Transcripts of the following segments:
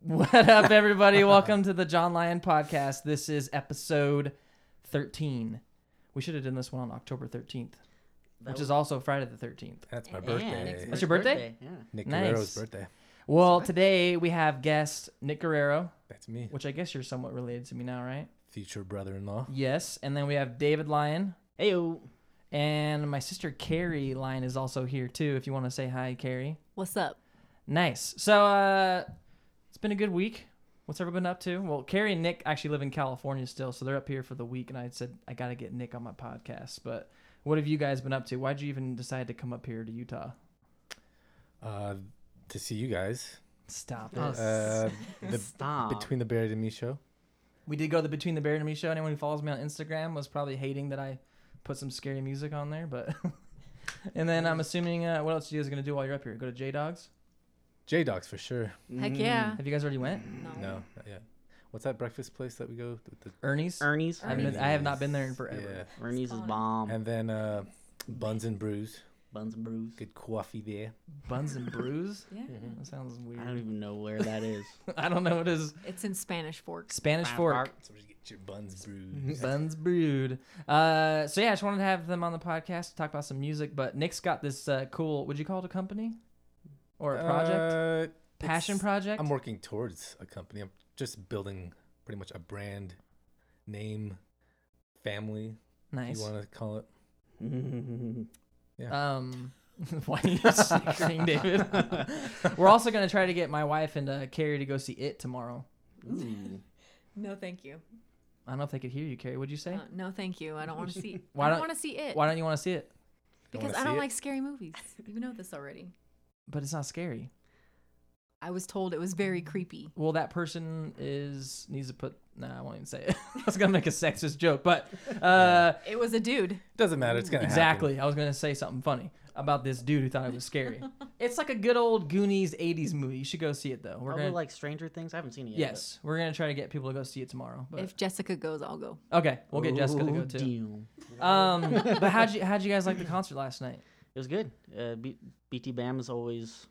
What up, everybody? Welcome to the John Lyon podcast. This is episode 13. We should have done this one on October 13th, which is also Friday the 13th. That's my Yeah, birthday. next That's your birthday? Yeah. Nick Nice. Guerrero's birthday. Well, today we have guest Nick Guerrero, That's me. which I guess you're somewhat related to me now, right? Future brother-in-law. Yes. And then we have David Lyon. Ayo. And my sister Carrie Lyon is also here, too, if you want to say hi, Carrie. What's up? Nice. So uh, it's been a good week. What's everyone been up to? Well, Carrie and Nick actually live in California still, so they're up here for the week. And I said I got to get Nick on my podcast. But what have you guys been up to? Why'd you even decide to come up here to Utah? Uh, to see you guys. Stop it. Oh, Uh, the Stop. Between the Barry and Me show. we did go to the Between the Bear and Me show. Anyone who follows me on Instagram was probably hating that I put some scary music on there. But and then I'm assuming uh, what else you guys are gonna do while you're up here? Go to J Dogs. J Dogs for sure. Heck yeah. Have you guys already went? No, not yet. What's that breakfast place that we go? With the Ernie's. Ernie's. I, haven't been- I have not been there in Yeah. forever. Ernie's is Solid. bomb. And then uh, Buns and Brews. Buns and brews. Good coffee there. Buns and brews. Yeah. That sounds weird. I don't even know where that is. I don't know what is It's in Spanish Forks. Spanish fork. So just get your Buns Brews. Buns brewed. Uh, so yeah, I just wanted to have them on the podcast to talk about some music. But Nick's got this uh, cool. Would you call it a company or a project? Uh, Passion it's- project. Uh, I'm working towards a company. I'm just building pretty much a brand, name, family. If nice. you want to call it. Um, why are you snickering, David? We're also gonna try to get my wife and uh, Carrie to go see it tomorrow. Ooh. No, thank you. I don't know if they could hear you, Carrie. Would you say? Uh, no, thank you. I don't want to see. Why I don't don't- want to see it Why don't you want to see it? because wanna I see don't it? like scary movies. You know this already. But it's not scary. I was told it was very creepy. Well, that person is needs to put. Nah, I won't even say it. I was gonna make a sexist joke, but uh, It was a dude. Doesn't matter. It's gonna Exactly. I was going to say something funny about this dude who thought it was scary. it's like a good old Goonies 80s movie. You should go see it though. We're Probably going to like Stranger Things. I haven't seen it yet. Yes, we're going to try to get people to go see it tomorrow. But If Jessica goes, I'll go. okay, but- we'll get Jessica to Oh, go too. damn. Um but how'd you how'd you guys like the concert last night? It was good. Uh, B- BT Bam is always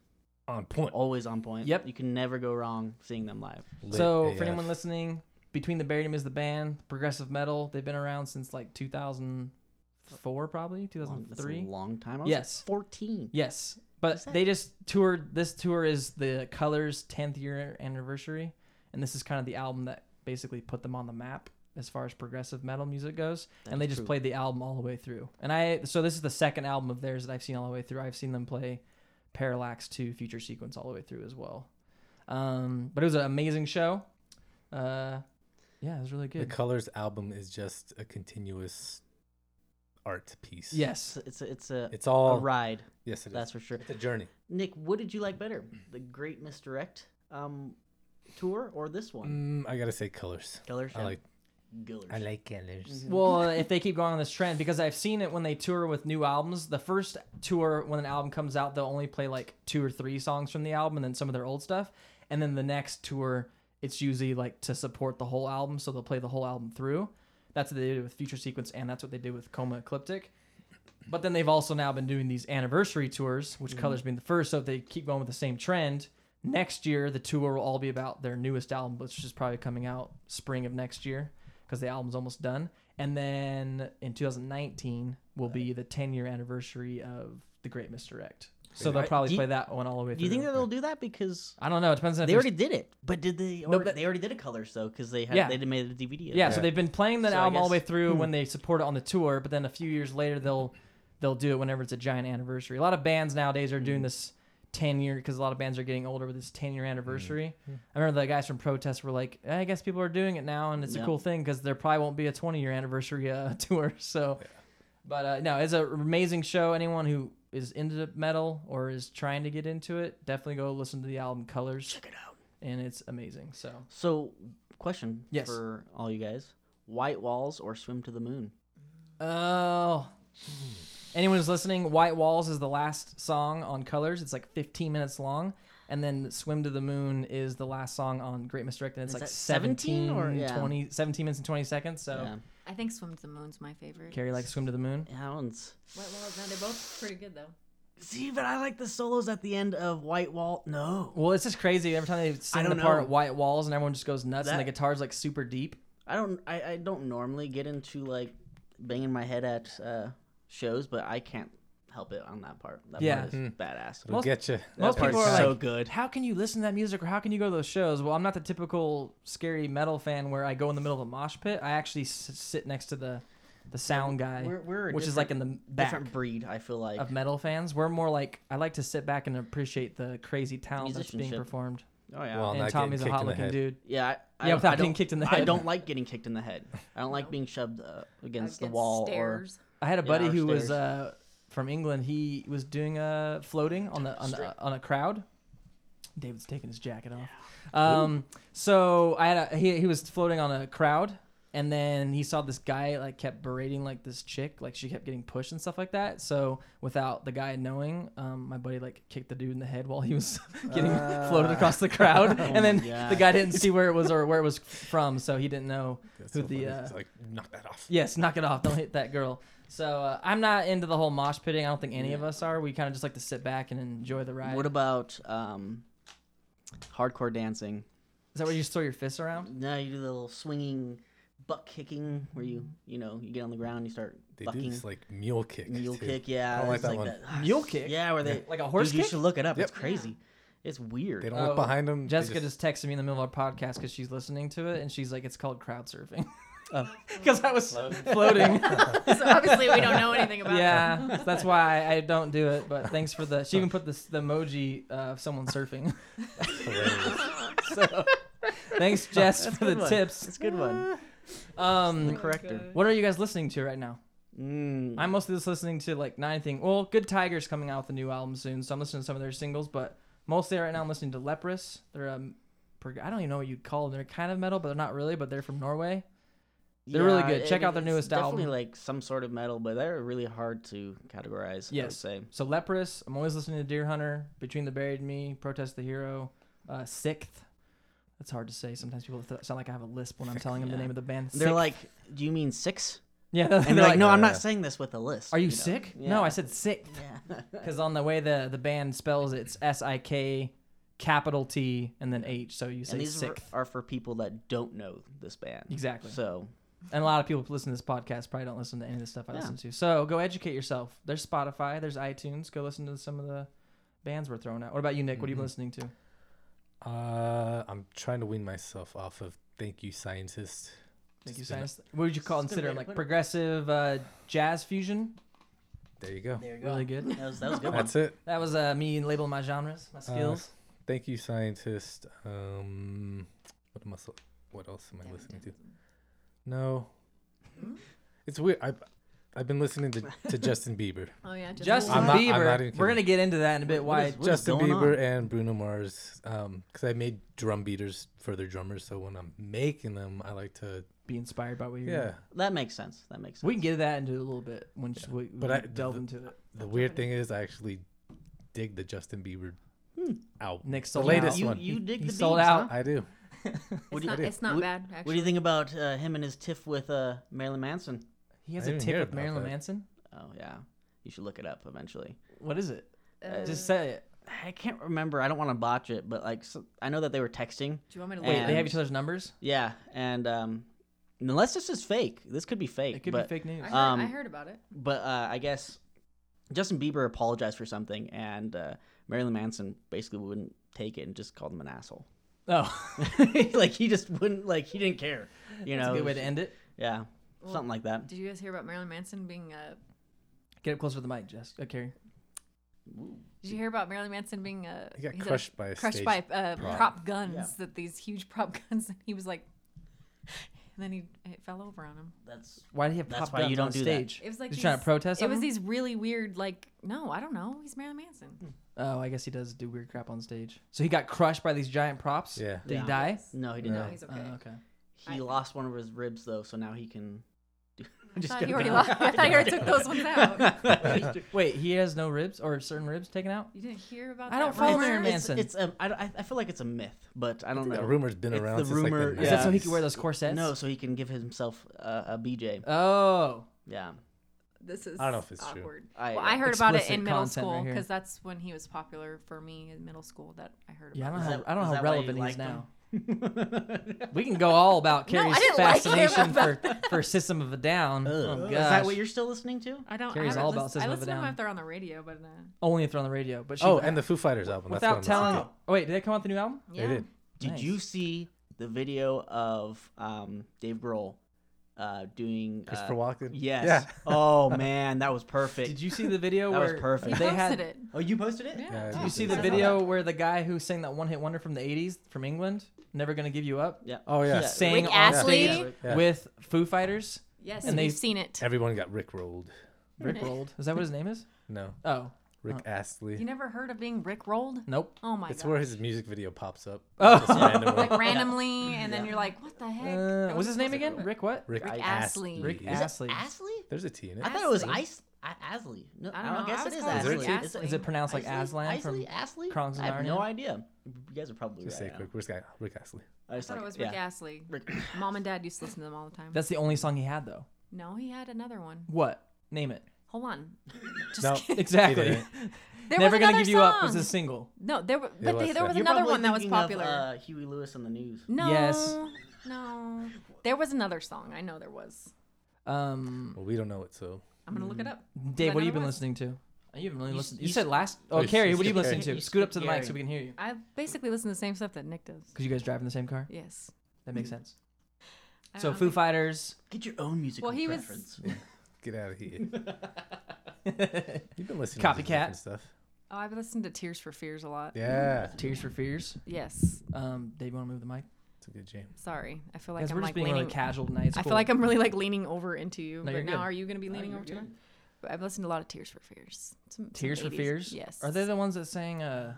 happen. on point. always on point. Yep. You can never go wrong seeing them live. so, Lit for AF. anyone listening, Between the Barium is the band, progressive metal. They've been around since like 2004 probably, Long, that's a 2003. long time. I was Yes. like 14. Yes, but that- they just toured. This tour is the Colors' 10th year anniversary, and this is kind of the album that basically put them on the map as far as progressive metal music goes. That and they is just true. played the album all the way through. And I so this is the second album of theirs that I've seen all the way through. I've seen them play Parallax to Future Sequence all the way through as well. Um, but it was an amazing show. Uh, yeah, it was really The good. Colors album is just a continuous art piece. yes, It's a, it's a, it's a, It's a all ride. Yes, it is. That's for sure. It's a journey. Nick, what did you like better, the Great Misdirect um, tour or this one? Mm, I gotta say, Colors. Colors. I like. Gullers. like Colors. Well, if they keep going on this trend, because I've seen it when they tour with new albums. The first tour, when an album comes out, they'll only play like two or three songs from the album and then some of their old stuff. And then the next tour, it's usually like to support the whole album. So they'll play the whole album through. That's what they did with Future Sequence, and that's what they did with Coma Ecliptic. But then they've also now been doing these anniversary tours, Mm-hmm. which Colors being the first. So if they keep going with the same trend, next year the tour will all be about their newest album, which is probably coming out spring of next year because the album's almost done. And then in 2019 will be the 10 year anniversary of The Great Misdirect. So they'll I- probably do you- play that one all the way through. Do you think that they'll do that because I don't know. It depends on they if already there's- did it? But did they? No, Or, but- they already did a color so because they had Yeah. they made a DVD. of yeah, it. so they've been playing that So I album all the way guess- through when they support it on the tour, but then a few years later they'll they'll do it whenever it's a giant anniversary. A lot of bands nowadays are doing this ten year because a lot of bands are getting older with this ten year anniversary. I remember the guys from Protest were like, "Eh, I guess people are doing it now, and it's a Yeah. cool thing because there probably won't be a twenty year anniversary uh, tour. So, but uh, no, it's an amazing show. Anyone who is into metal or is trying to get into it, definitely go listen to the album Colors. Check it out, and it's amazing. So. So, question Yes. for all you guys: White walls or swim to the moon? Oh. Anyone who's listening, White Walls is the last song on Colors. It's like 15 minutes long. And then Swim to the Moon is the last song on Great Misdirect. And it's Is like that 17, 17 or- yeah. 20, 17 minutes and 20 seconds. So yeah, I think Swim to the Moon's my favorite. Carrie likes Swim to the Moon. that one's White Walls. Now they're both pretty good though. See, but I like the solos at the end of White Wall. No, Well, it's just crazy. Every time they sing the don't part know. at White Walls and everyone just goes nuts and the That- guitar's like super deep. I don't. I, I don't normally get into like banging my head at uh, shows, but I can't help it on that part. That Yeah. part is badass. Most- get you. Hmm. most That people part's are so like- good. How can you listen to that music or how can you go to those shows? Well, I'm not the typical scary metal fan where I go in the middle of a mosh pit. I actually s- sit next to the the sound guy, We're, we're a which is like in the back different breed. I feel like of metal fans. We're more like I like to sit back and appreciate the crazy talent that's being Musicianship. performed. oh yeah, Well, and not getting Tommy's a kicked in the hot looking head. dude. yeah. I, I, Yeah, don't- without I don't- being kicked in the I head. don't like getting kicked in the head. I don't like being shoved uh, against the wall or stairs. I had a Yeah, buddy who was upstairs. uh, from England. He was doing a floating on the on, the, on a crowd. David's taking his jacket off. Um, so I had a, he he was floating on a crowd, and then he saw this guy like kept berating like this chick, like she kept getting pushed and stuff like that. So without the guy knowing, um, my buddy like kicked the dude in the head while he was getting floated across the crowd, my and then the gosh. guy didn't see where it was or where it was from, so he didn't know That's who so the funny. uh, It's like knock that off. Yes, knock it off. Don't hit that girl. So uh, I'm not into the whole mosh pitting. I don't think any of us are. We kind of just like to sit back and enjoy the ride. What about um, hardcore dancing? Is that where you just throw your fists around? No, you do the little swinging, butt kicking, where you you know you get on the ground, and you start They do bucking, this like mule kick. mule too. kick. Yeah, I don't like it's that one. that- Mule kick? Yeah, where they Like a horse Dude, You kick? should look it up. Yep. It's crazy. It's weird. They don't Oh, look behind them. Jessica just texted me in the middle of our podcast because she's listening to it and she's like, it's called crowd surfing. Oh. Because I was floating. so obviously we don't know anything about yeah, that's why I, I don't do it. But thanks for the. She even put this the emoji uh, of someone surfing. hilarious. so thanks, Jess, for the tips. It's a good one. Um, Corrector. what are you guys listening to right now? Mm. I'm mostly just listening to like nine thing. Well, Good Tiger's coming out with a new album soon, so I'm listening to some of their singles. But mostly right now, I'm listening to Leprous. They're um, prog- I don't even know what you'd call them. They're kind of metal, but they're not really. But they're from Norway. They're really good. Check out their it's newest definitely album. like some sort of metal, but they're really hard to categorize. I would Yes. say. So Leprous. I'm always listening to Deer Hunter, Between the Buried and Me, Protest the Hero, uh, Sixth. That's hard to say. Sometimes people th- sound like I have a lisp when I'm telling them the Yeah. name of the band. They're Sixth. like, do you mean six? yeah. And they're like, no, I'm uh, not saying this with a list. Are you, know? sick? Yeah. No, I said Sixth. Yeah. Because on the way the the band spells it, it's S I K, capital T, and then H. So you say and these are, sixth. are for people that don't know this band. Exactly. So And a lot of people who listen to this podcast probably don't listen to any of the stuff I Yeah. listen to. So go educate yourself. There's Spotify. There's iTunes. Go listen to some of the bands we're throwing out. What about you, Nick? What are you Mhm. listening to? Uh, I'm trying to wean myself off of "Thank You, Scientist." Thank Just you, been- Sinus. What would you call Just been consider way to like put it. progressive uh, jazz fusion? There you go. there you Really good. That was, that was a good one. That's it. That was uh, me labeling my genres, Uh, my skills. Thank you, Scientist. Um, what am I? so- What else am I listening to? No, it's weird. I've I've been listening to, to Justin Bieber, Oh yeah, just Justin I'm not- I'm Bieber. not even we're kidding. gonna get into that in a bit. What- what Why is- what is Justin going Bieber, on? and Bruno Mars. Um, because I made drum beaters for their drummers, so when I'm making them, I like to be inspired by what Hmm. you're. yeah. That makes sense. That makes sense. We can get that into a little bit when just we, But we I- delve the- into it. The weird thing is, I actually dig the Justin Bieber Hmm. out. Nick the sold latest out. you, one. you dig you the sold beats, out. huh? I do. What It's do you not, do? it's not What- bad actually. What do you think about uh, him and his tiff with uh, Marilyn Manson? He I has a didn't tip hear with about Marilyn that. Manson. Oh yeah, you should look it up eventually. What is it? Uh, Just say it. I can't remember. I don't want to botch it, but like so, I know that they were texting. do you want me to Wait, look Wait, it they up? have each other's numbers. Yeah, and um, unless this is fake, this could be fake. It could but, be fake news. I heard, I um, heard about it. But uh, I guess Justin Bieber apologized for something, and uh, Marilyn Manson basically wouldn't take it and just called him an asshole. oh, like he just wouldn't. Like he didn't care. You that's know. a good way to end it. Yeah, Well, something like that. Did you guys hear about Marilyn Manson being uh Get up closer to the mic, Jess. Uh, Carrie. Did you hear about Marilyn Manson being uh He got he's a- crushed by a crushed stage. by uh, prop. prop guns that these huge prop guns and he was like and then he it fell over on him. That's Why do you have That's pop why guns you don't on do that. stage? It was like Just these- trying to protest. It was something? these really weird like no, I don't know. He's Marilyn Manson. Oh, I guess he does do weird crap on stage. So he got crushed by these giant props. Yeah. Did Yeah. he die? no, he didn't. No. No, he's Oh, okay. okay. He I- lost one of his ribs though, so now he can. do- I'm I just thought he already joking. lost. I thought he already took those ones out. Wait, he has no ribs or certain ribs taken out? You didn't hear about I that don't follow rumor? Marilyn It's- Manson. It's, um, I, I- I feel like it's a myth, but I don't That know. rumor's been It's around the since like rumor- the Is that so he 90s. could wear those corsets? No, so he can give himself uh, a BJ. Oh, Yeah, This is I don't know if it's true. awkward. I- well, I heard about uh, it Explicit in middle content right school here. because that's when he was popular for me in middle school. That I heard about. Yeah, I don't Is know. that- how, I don't is know how that why you relevant he is liked him? now. Oh, We can go all about No, I Carrie's didn't like him fascination for, for System of a Down. Ugh. Oh, Is that gosh. what you're still listening to? I don't. Carrie's I haven't all about listened- System I of a listen to them Down. if they're on the radio, but uh, Only if they're on the radio. But she, Oh, and the Foo Fighters album. That's without what I'm telling. listening Oh, wait, did they come out with the new album? yeah. They did. Did Nice. you see the video of um, Dave Grohl uh, doing? to. Christopher uh, Walken. Yes. Yeah. oh man, that was perfect. Did you see the video That was where He perfect. they posted had? it. oh, you posted it? Yeah. Yeah, Did I you see the I saw video where the guy who sang that one hit wonder from the '80s from England, "Never Gonna Give You Up," Yeah. Oh yeah. Yeah. sang Rick on Astley? stage Yeah. with Foo Fighters? Yes, And we've they- seen it. Everyone got Rick rolled. Rick rolled. Is that what his name is? No, Oh, Rick You Astley. never heard of being rickrolled? nope. Oh my It's god! where his music video pops up. Oh. Just randomly. like randomly, and then you're like, "What the heck?" Uh, That what's his name supposed to again? be- Rick what? Rick, Rick Astley. Rick Is it Astley. Ashley? There's a T in it. I thought it was Astley. Ice. I- Asley. No, I I don't don't, know. I guess it was is calling it Ashley. Rick Is it Astley. Is it pronounced like Aslan Aslan from? Isley? Astley? Chronicles of I have no Narnia? idea. You guys are probably Just say right. it quick. Where's guy? Rick Astley. I thought it was Rick Astley. Rick Mom and Dad used to listen to them all the time. That's the only song he had though. No, he had another one. What? Name it. Hold on. Just No. kidding. Exactly. didn't. There Never was gonna another give you up was song. a single. No, there were, but was, they, there yeah. was You're another one that was popular. Of, uh, Huey Lewis on the news. no. Yes. No. There was another song. I know there was. Um, Well, we don't know it, so I'm gonna Mm. look it up. Dave, what another have you been one? listening to? You haven't really You s- listened. You, you said s- last. Oh, you Carrie, s- what are you skip listening Carrie. to? You Scoot up skip to the mic so Carrie. we can hear you. I basically listen to the same stuff that Nick does. Because you guys drive in the same car. Yes. That makes sense. I So don't Foo think- Fighters. Get your own musical Well, he was- preference. get out of here. You've been listening to Copycat. different stuff. Oh, I've listened to Tears for Fears a lot. Yeah, Tears for Fears. Yes. Um, Dave, you want to move the mic? it's a good jam. Sorry. I feel like Because I'm we're just like being leaning. really casual tonight. It's I feel cool. like I'm really like leaning over into you. No, but you're now good. are you gonna be leaning you're over to good. me? But I've listened to a lot of Tears for Fears. Some, some Tears for 80s. Fears. Yes. Are they the ones that sang? Uh,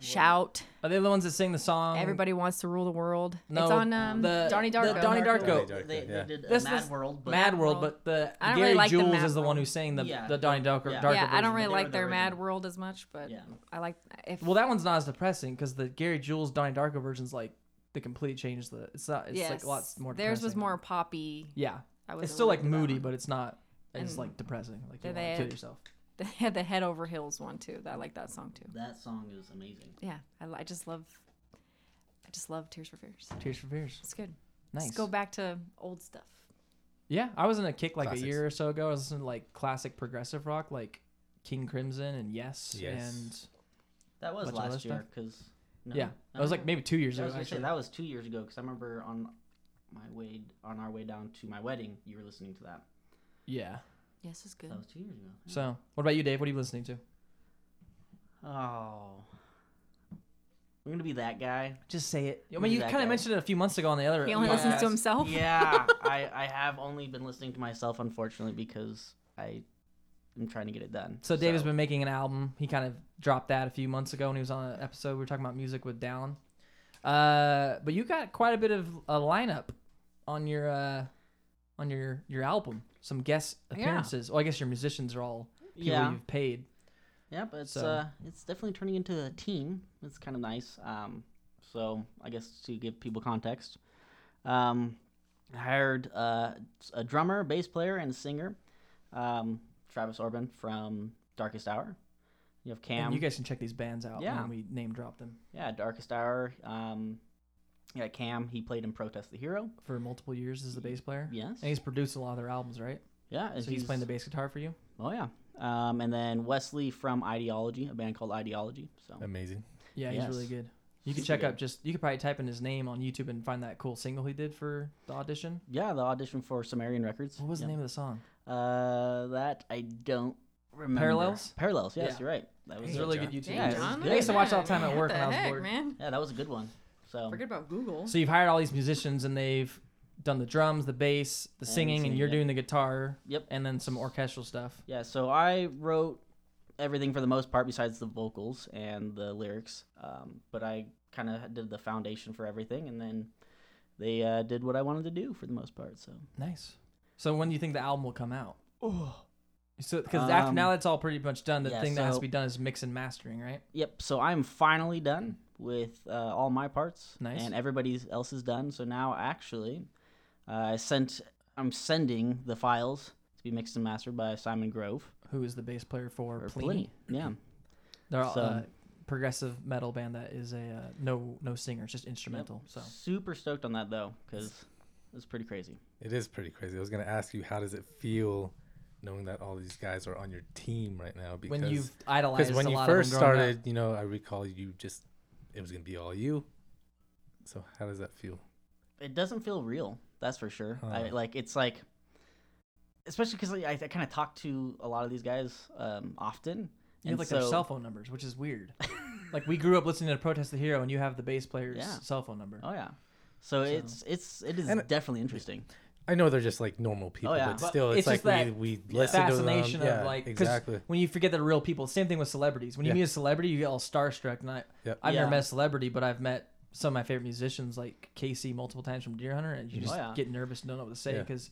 Shout? are they the ones that sing the song? Everybody wants to rule the world. Um, No, it's on um, the- Donnie the Darko. Donnie Darko. Darko. They, Darko, they yeah. did uh, This Mad was World, but Mad World, World. but the I don't Gary really like the Jules Mad is the one who World. sang the, Yeah. the Donnie Darko, Yeah. Darko yeah, I version. don't really They were like the their Mad original. World as much, but Yeah. I like if Well, that one's not as depressing because the Gary Jules Donnie Darko version's like the complete change. The it's not. It's like yes, lots more. Theirs was depressing. more poppy. Yeah, I was it's still like moody, but it's not. It's And like depressing. Like you want then to they kill had- yourself. they had the Head Over Heels one too. I like that song too. that song is amazing. Yeah, I, I just love, I just love Tears for Fears. Tears for Fears. It's good. Nice. Let's go back to old stuff. Yeah, I was in a kick like Classics. a year or so ago. I was listening to like classic progressive rock, like King Crimson and Yes, Yes. and That was Bunch of other last year because. No, yeah, that was like maybe two years I was ago. gonna say actually. Uh-huh. that was two years ago because I remember on my way on our way down to my wedding, you were listening to that. yeah. Yes, it's good. That was two years ago. So, what about you, Dave? What are you listening to? Oh, I'm gonna be that guy. Just say it. I Who's mean, you that kind guy? of mentioned it a few months ago on the other. He only podcast. listens to himself. yeah, I, I have only been listening to myself, unfortunately, because I am trying to get it done. So Dave has been making an album. He kind of dropped that a few months ago when he was on an episode. We were talking about music with Dallin. Uh, but you got quite a bit of a lineup on your uh, on your your album. Some guest Yeah. appearances. Well, I guess your musicians are all people yeah, you've paid. yeah, but it's so- uh, it's definitely turning into a team. It's kind of nice. Um, so I guess to give people context, um, I hired uh, a drummer, bass player, and singer, um, Travis Orban from Darkest Hour. You have Cam. And you guys can check these bands out Yeah. when we name drop them Yeah, Darkest Hour. Um, yeah, Cam. He played in Protest the Hero. for multiple years as the bass player. Yes. And he's produced a lot of their albums, right? yeah, So he's, playing the bass guitar for you. Oh yeah. Um, and then Wesley from Ideology, a band called Ideology. So Amazing. Yeah, he's really Yes. good. You can Super check up good. just you could probably type in his name on YouTube and find that cool single he did for the audition. yeah, the audition for Sumerian Records. What was yeah. the name of the song? Uh, that I don't remember. Parallels? Parallels. Yes, Yeah. you're right. That was It's Hey, a a- really John. good YouTube. Yeah, video. it's John, good. I used to watch it all man. the time at What work the when I was heck, bored. Um, man. Yeah, that was a good one. So Forget about Google. So you've hired all these musicians and they've done the drums, the bass, the And singing, and singing, you're yeah. doing the guitar. Yep. And then some orchestral stuff. yeah, so I wrote everything for the most part besides the vocals and the lyrics. Um, but I kind of did the foundation for everything, and then they uh, did what I wanted to do for the most part. So Nice. So when do you think the album will come out? So because after Um, now that's all pretty much done. The yeah, thing that has so- to be done is mix and mastering, right? Yep. So I'm finally done with uh, all my parts, Nice. and everybody else is done. So now, actually, uh, I sent. I'm sending the files to be mixed and mastered by Simon Grove Who is the bass player for or Pliny? Pliny. Yeah. They're all, So- uh, progressive metal band that is a uh, no no singer, it's just instrumental. So Super stoked on that though, because it's pretty crazy. It is pretty crazy. I was gonna ask you, how does it feel knowing that all these guys are on your team right now? Because when you've 'cause idolized when a you lot first of them growing up. started, you know, I recall you just it was gonna be all you. So how does that feel? It doesn't feel real, that's for sure. I Huh. like it's like, especially because like, I, I kind of talk to a lot of these guys um, often. you have and like their so- cell phone numbers, which is weird. like we grew up listening to Protest the Hero, and you have the bass player's Yeah. cell phone number. Oh yeah. So, it's it's it is And- definitely interesting. I know they're just like normal people, yeah. but But still, it's, it's like just that we we listen to them. fascination of Yeah, like 'cause exactly. when you forget that real people. Same thing with celebrities. When you Yeah. meet a celebrity, you get all starstruck. And I, Yep. I've Yeah. never met a celebrity, but I've met some of my favorite musicians like Casey multiple times from Deer Hunter, and you Mhm. just Oh, yeah. get nervous and don't know what to say Mm-hmm. Yeah. because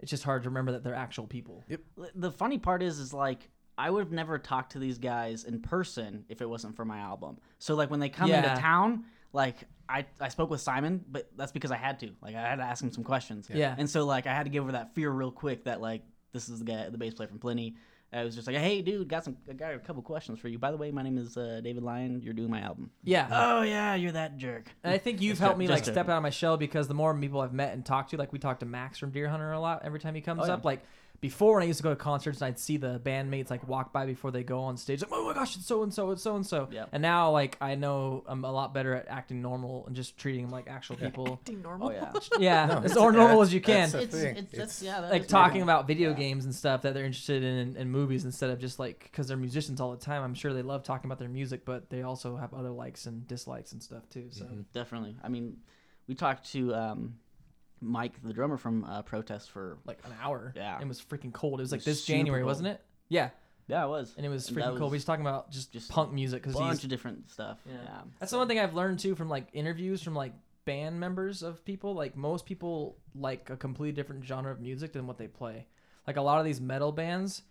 it's just hard to remember that they're actual people. L- The funny part is is like I would have never talked to these guys in person if it wasn't for my album. So like when they come Yeah. into town, like I, I spoke with Simon, but that's because I had to. Like I had to ask him some questions. Yeah. And so like I had to give her that fear real quick that like this is the guy the bass player from Pliny. I was just like, hey dude, got some I got a couple questions for you. By the way, my name is uh, David Lyon. You're doing my album. Yeah. Oh yeah, you're that jerk. And I think you've Just helped jo- me just like joking. step out of my shell because the more people I've met and talked to, like we talked to Max from Deer Hunter a lot every time he comes Oh, yeah. up. Like before, when I used to go to concerts and I'd see the bandmates like walk by before they go on stage, like oh my gosh, it's so and so, it's so and so. Yep. And now like I know I'm a lot better at acting normal and just treating them like actual people. Acting normal. Oh yeah. yeah, No, as it's- or yeah, normal that's- as you that's can. a- It's, thing. it's, It's- that's, yeah, that Like is talking normal. about video Yeah. games and stuff that they're interested in and, and movies instead of just like because they're musicians all the time. I'm sure they love talking about their music, but they also have other likes and dislikes and stuff too. Mm-hmm. So Definitely. I mean, we talked to um, Mike, the drummer from uh, Protest for like an hour. Yeah. It was freaking cold. It was like was this super January, cold. wasn't it? Yeah. yeah, it was And it was And freaking that cool. was We was talking about just, just punk music a because bunch he's. of different stuff. Yeah, Yeah. That's the one thing I've learned too from like interviews from like band members of people. Like most people like a completely different genre of music than what they play. Like a lot of these metal bands,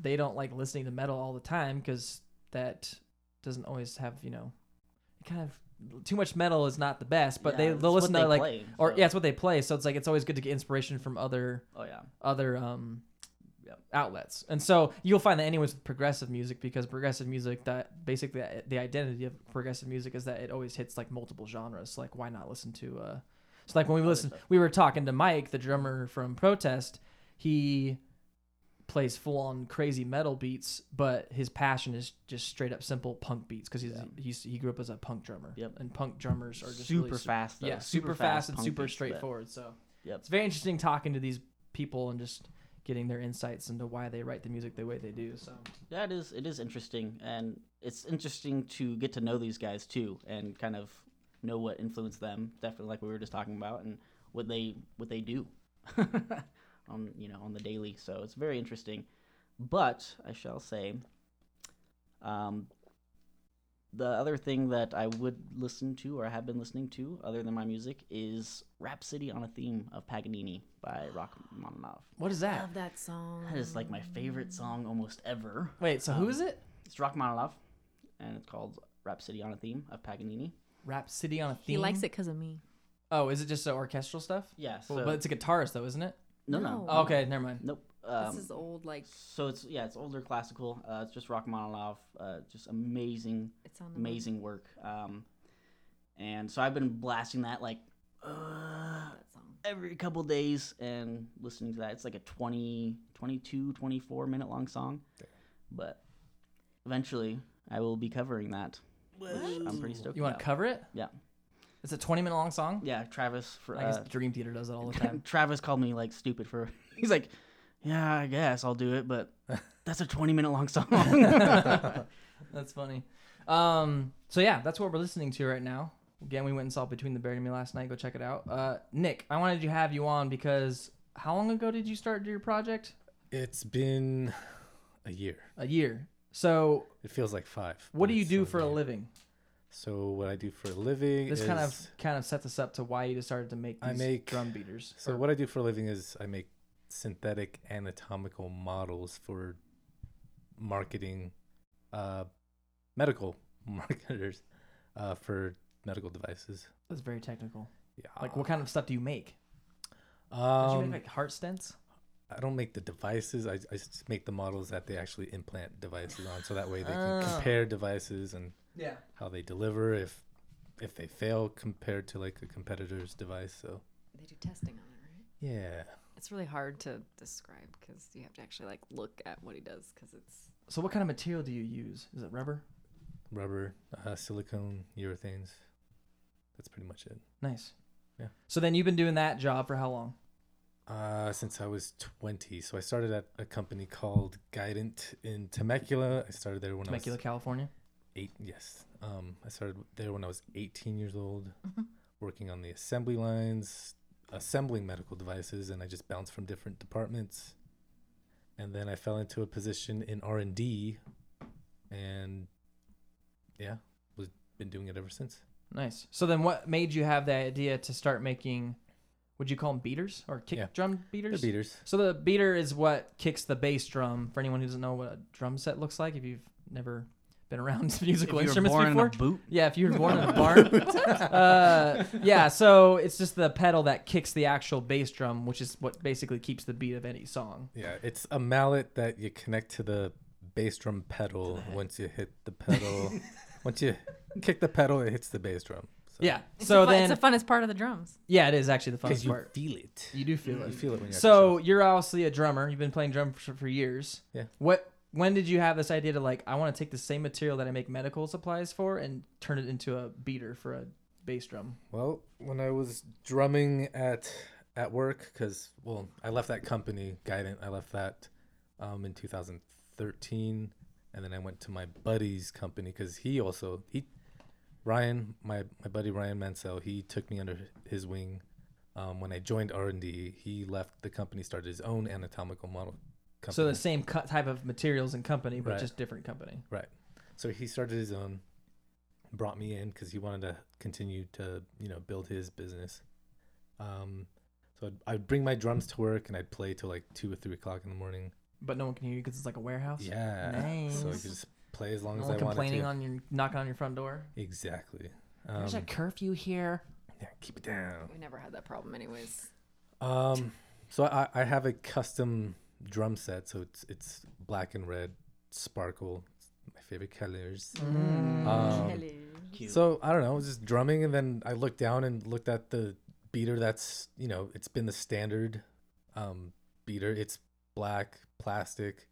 they don't like listening to metal all the time because that doesn't always have you know, kind of too much metal is not the best. But they Yeah, they'll it's listen what to they like play, or so- yeah, it's what they play. So it's like it's always good to get inspiration from other oh yeah, other um Yep. outlets and so you'll find that anyways with progressive music because progressive music that basically uh, the identity of progressive music is that it always hits like multiple genres like why not listen to uh so like when we Other listen stuff. we were talking to mike the drummer from protest he plays full on crazy metal beats but his passion is just straight up simple punk beats because he's, Yeah. he's he grew up as a punk drummer Yep. and punk drummers are just super really su- fast. Though. yeah super, fast and punk super beats, but- straightforward so Yep. it's very interesting talking to these people and just getting their insights into why they write the music the way they do so Yeah, it is. It is interesting, and it's interesting to get to know these guys too, and kind of know what influenced them. Definitely, like we were just talking about, and what they what they do on you know on the daily. So it's very interesting. But I shall say, um, the other thing that I would listen to or have been listening to, other than my music, is Rhapsody on a Theme of Paganini by Rachmaninoff. what is that Love that song. That is like my favorite song almost ever. wait so who is it It's Rachmaninoff, and it's called Rhapsody on a Theme of Paganini. rhapsody on a theme He likes it because of me. oh is it just the orchestral stuff Yeah, so Well, but it's a guitarist though isn't it no, no, No. oh, okay never mind nope. Um, this is old. Like so it's yeah, it's older classical. Uh, it's just Rachmaninoff. Uh, just amazing, it's on the amazing work. Um, and so I've been blasting that like uh, That song. every couple days and listening to that. It's like a 20, 22, 24 minute long song, but eventually I will be covering that, which I'm pretty stoked. you want about. to cover it Yeah. it's a 20 minute long song Yeah, Travis. For, i guess uh, dream theater does it all the time Travis called me like stupid for. He's like, yeah, I guess I'll do it, but that's a 20 minute long song. that's funny um so yeah that's what we're listening to right now again we went and saw between the bear and me last night go check it out uh nick i wanted to have you on because how long ago did you start your project It's been a year. a year. So, It feels like five. what but do you it's do only for a year. living? So what I do for a living This is kind of kind of sets us up to why you decided to make these I make- drum beaters. so what I do for a living is I make synthetic anatomical models for marketing uh medical marketers uh for medical devices. That's very technical. Yeah. Like, what kind of stuff do you make? Did Uh, um, you make like heart stents? I don't make the devices. I, I just make the models that they actually implant devices on, so that way they can Ah. compare devices and Yeah. how they deliver if if they fail compared to like a competitor's device. So They do testing on it, right? yeah, It's really hard to describe because you have to actually like look at what he does because it's So what kind of material do you use? Is it rubber? rubber, uh, silicone, urethanes. That's pretty much it. Nice. Yeah. So then you've been doing that job for how long? Uh, since I was 20, so I started at a company called Guidant in Temecula. I started there when I was Temecula, California. eight yes um i started there when i was 18 years old working on the assembly lines assembling medical devices and i just bounced from different departments and then i fell into a position in r&d and yeah was been doing it ever since Nice. So then what made you have the idea to start making would you call them beaters or kick Yeah. drum the beaters? beaters So the beater is what kicks the bass drum. For anyone who doesn't know what a drum set looks like, if you've never been around musical if you were instruments born before, in a boot, yeah, if you were born in a barn, uh, yeah. So it's just the pedal that kicks the actual bass drum, which is what basically keeps the beat of any song. yeah it's a mallet that you connect to the bass drum pedal once you hit the pedal once you kick the pedal it hits the bass drum so, Yeah. it's So the fun, then, it's the funnest part of the drums. yeah, it is actually the 'Cause funnest you part. feel it You do feel you it. feel it when you So you're obviously a drummer. You've been playing drum for, for years. Yeah. What? When did you have this idea to like? I want to take the same material that I make medical supplies for and turn it into a beater for a bass drum. Well, when I was drumming at at work, because well, I left that company, Guidant. I left that um, in 2013, and then I went to my buddy's company because he also he Ryan, my my buddy Ryan Mansell, he took me under his wing. Um, when I joined R and D, he left the company, started his own anatomical model company. So the same co- type of materials and company, but Right. just different company. so he started his own brought me in because he wanted to continue to you know build his business um so I'd, I'd bring my drums to work and i'd play till like two or three o'clock in the morning But no one can hear you because it's like a warehouse. yeah so i could Nice. just play as long No as one i wanted complaining to on your knocking on your front door. exactly um, There's a curfew here. yeah, keep it down We never had that problem, anyways. um so i i have a custom drum set so it's it's black and red sparkle it's my favorite colors Mm. Um, Hello. cute. So I don't know, I was just drumming, and then I looked down and looked at the beater. That's you know, it's been the standard um, beater. It's black plastic.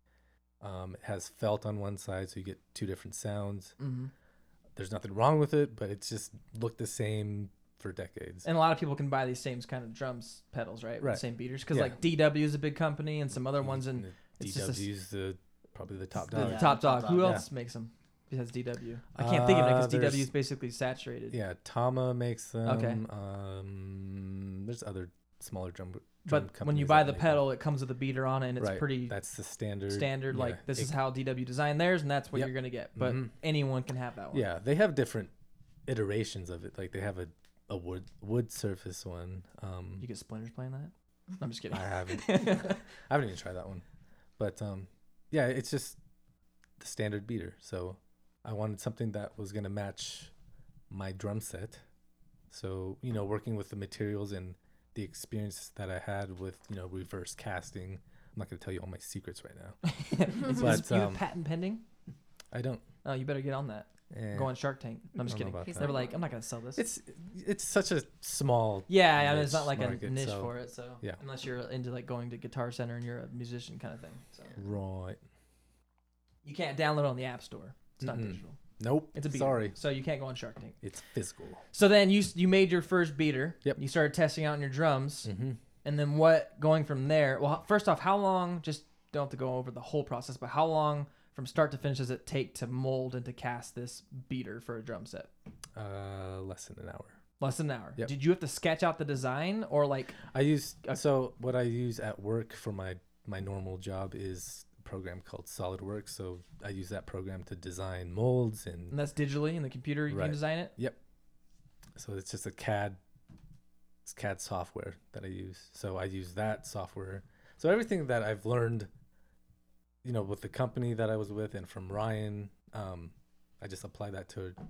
Um, it has felt on one side, so you get two different sounds. Mhm. There's nothing wrong with it, but it's just looked the same for decades. And a lot of people can buy these same kind of drums pedals, right? With Right. The same beaters because Yeah. Mm-hmm. like DW is a big company and some other ones and it's just a s- DW's the probably the top the dog. Yeah. top dog. Top Who dog. else makes them besides DW? I can't think of it Uh, because DW is there's- basically saturated. Yeah, Tama makes them. Okay. Um, there's other smaller drum. drum but when you companies buy that the make them. pedal, it comes with a beater on it, and it's Right, pretty that's the standard. standard. yeah, Like this it- is how DW designed theirs, and that's what Yep. you're gonna get. But Mhm. anyone can have that one. Yeah, they have different iterations of it. Like they have a, a wood wood surface one. Um, You get splinters playing that? No, I'm just kidding. I haven't I haven't even tried that one, but um, yeah, it's just the standard beater. So I wanted something that was gonna match my drum set. So you know, working with the materials and the experience that I had with you know reverse casting. I'm not gonna tell you all my secrets right now. is But, this- you have um, patent pending? I don't. Oh, you better get on that. Eh, Go on Shark Tank. I'm just Don't know kidding. about They that. were like, I'm not gonna sell this. It's it's such a small yeah, I mean, it's niche not like a market, niche so- for it. So yeah. unless you're into like going to Guitar Center and you're a musician kind of thing, so right. you can't download it on the App Store. It's not Mm-mm. digital. Nope. It's a beater. Sorry, So you can't go on Shark Tank. it's physical. So then you s- you made your first beater. Yep. You started testing out on your drums, Mm-hmm. and then what? Going from there. Well, first off, how long? Just don't have to go over the whole process, but how long from start to finish does it take to mold and to cast this beater for a drum set? Uh, less than an hour. Less than an hour. Yep. Did you have to sketch out the design or like? I use uh, Okay. so what I use at work for my my normal job is a program called SolidWorks. So I use that program to design molds and And that's digitally in the computer. You Right. can design it. so it's just a CAD it's CAD software that I use. So I use that software. So everything that I've learned, you know, with the company that I was with and from Ryan, um, I just apply that to my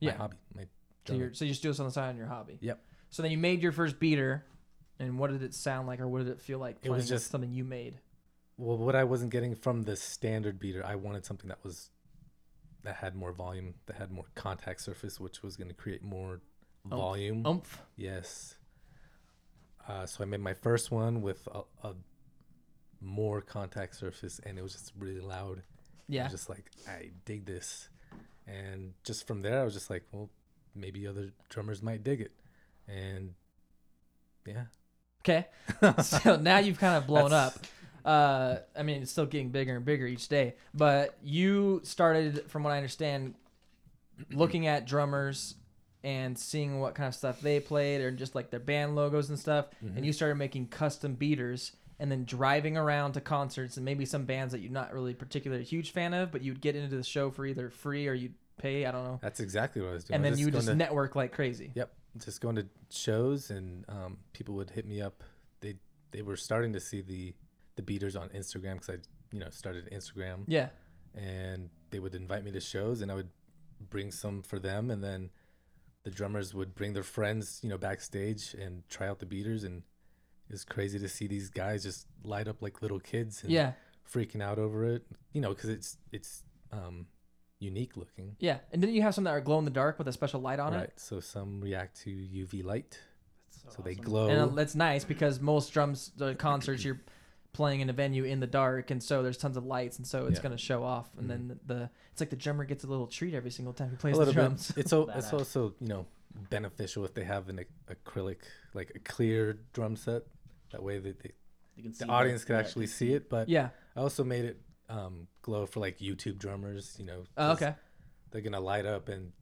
Yeah. hobby, my So, drumming. you're, so you just do this on the side on your hobby. Yep. So then you made your first beater. And what did it sound like, or what did it feel like? It was playing with just- something you made. Well, what I wasn't getting from the standard beater, I wanted something that was that had more volume, that had more contact surface, which was going to create more volume. Umph. Yes. Uh, so I made my first one with a, a more contact surface, and it was just really loud. I Yeah. was just like, I dig this. And just from there, I was just like, well, maybe other drummers might dig it. And yeah. Okay. so now you've kind of blown That's- up. Uh, I mean, it's still getting bigger and bigger each day. But you started, from what I understand, looking at drummers and seeing what kind of stuff they played, or just like their band logos and stuff. Mm-hmm. And you started making custom beaters, and then driving around to concerts and maybe some bands that you're not really particularly a huge fan of, but you'd get into the show for either free or you'd pay. I don't know. That's exactly what I was doing. And I then was you would going just to- network like crazy. Yep, just going to shows and um, people would hit me up. They they were starting to see the the beaters on Instagram because I you know started Instagram Yeah. and they would invite me to shows and I would bring some for them and then the drummers would bring their friends you know backstage and try out the beaters and it's crazy to see these guys just light up like little kids and Yeah. freaking out over it you know because it's it's um unique looking Yeah. And didn't you have some that are glow in the dark with a special light on it? right so some react to uv light so, they awesome. glow and that's nice because most drums the concerts you're playing in a venue in the dark and so there's tons of lights and so it's Yeah. Mm-hmm. going to show off and then the it's like the drummer gets a little treat every single time he plays a the little drums bit. It's, al- Badass. it's also you know beneficial if they have an ac- acrylic like a clear drum set. That way that they, You can see the audience could yeah. actually see it. But yeah I also made it um, glow for like YouTube drummers. You know, oh, 'cause okay they're gonna light up and.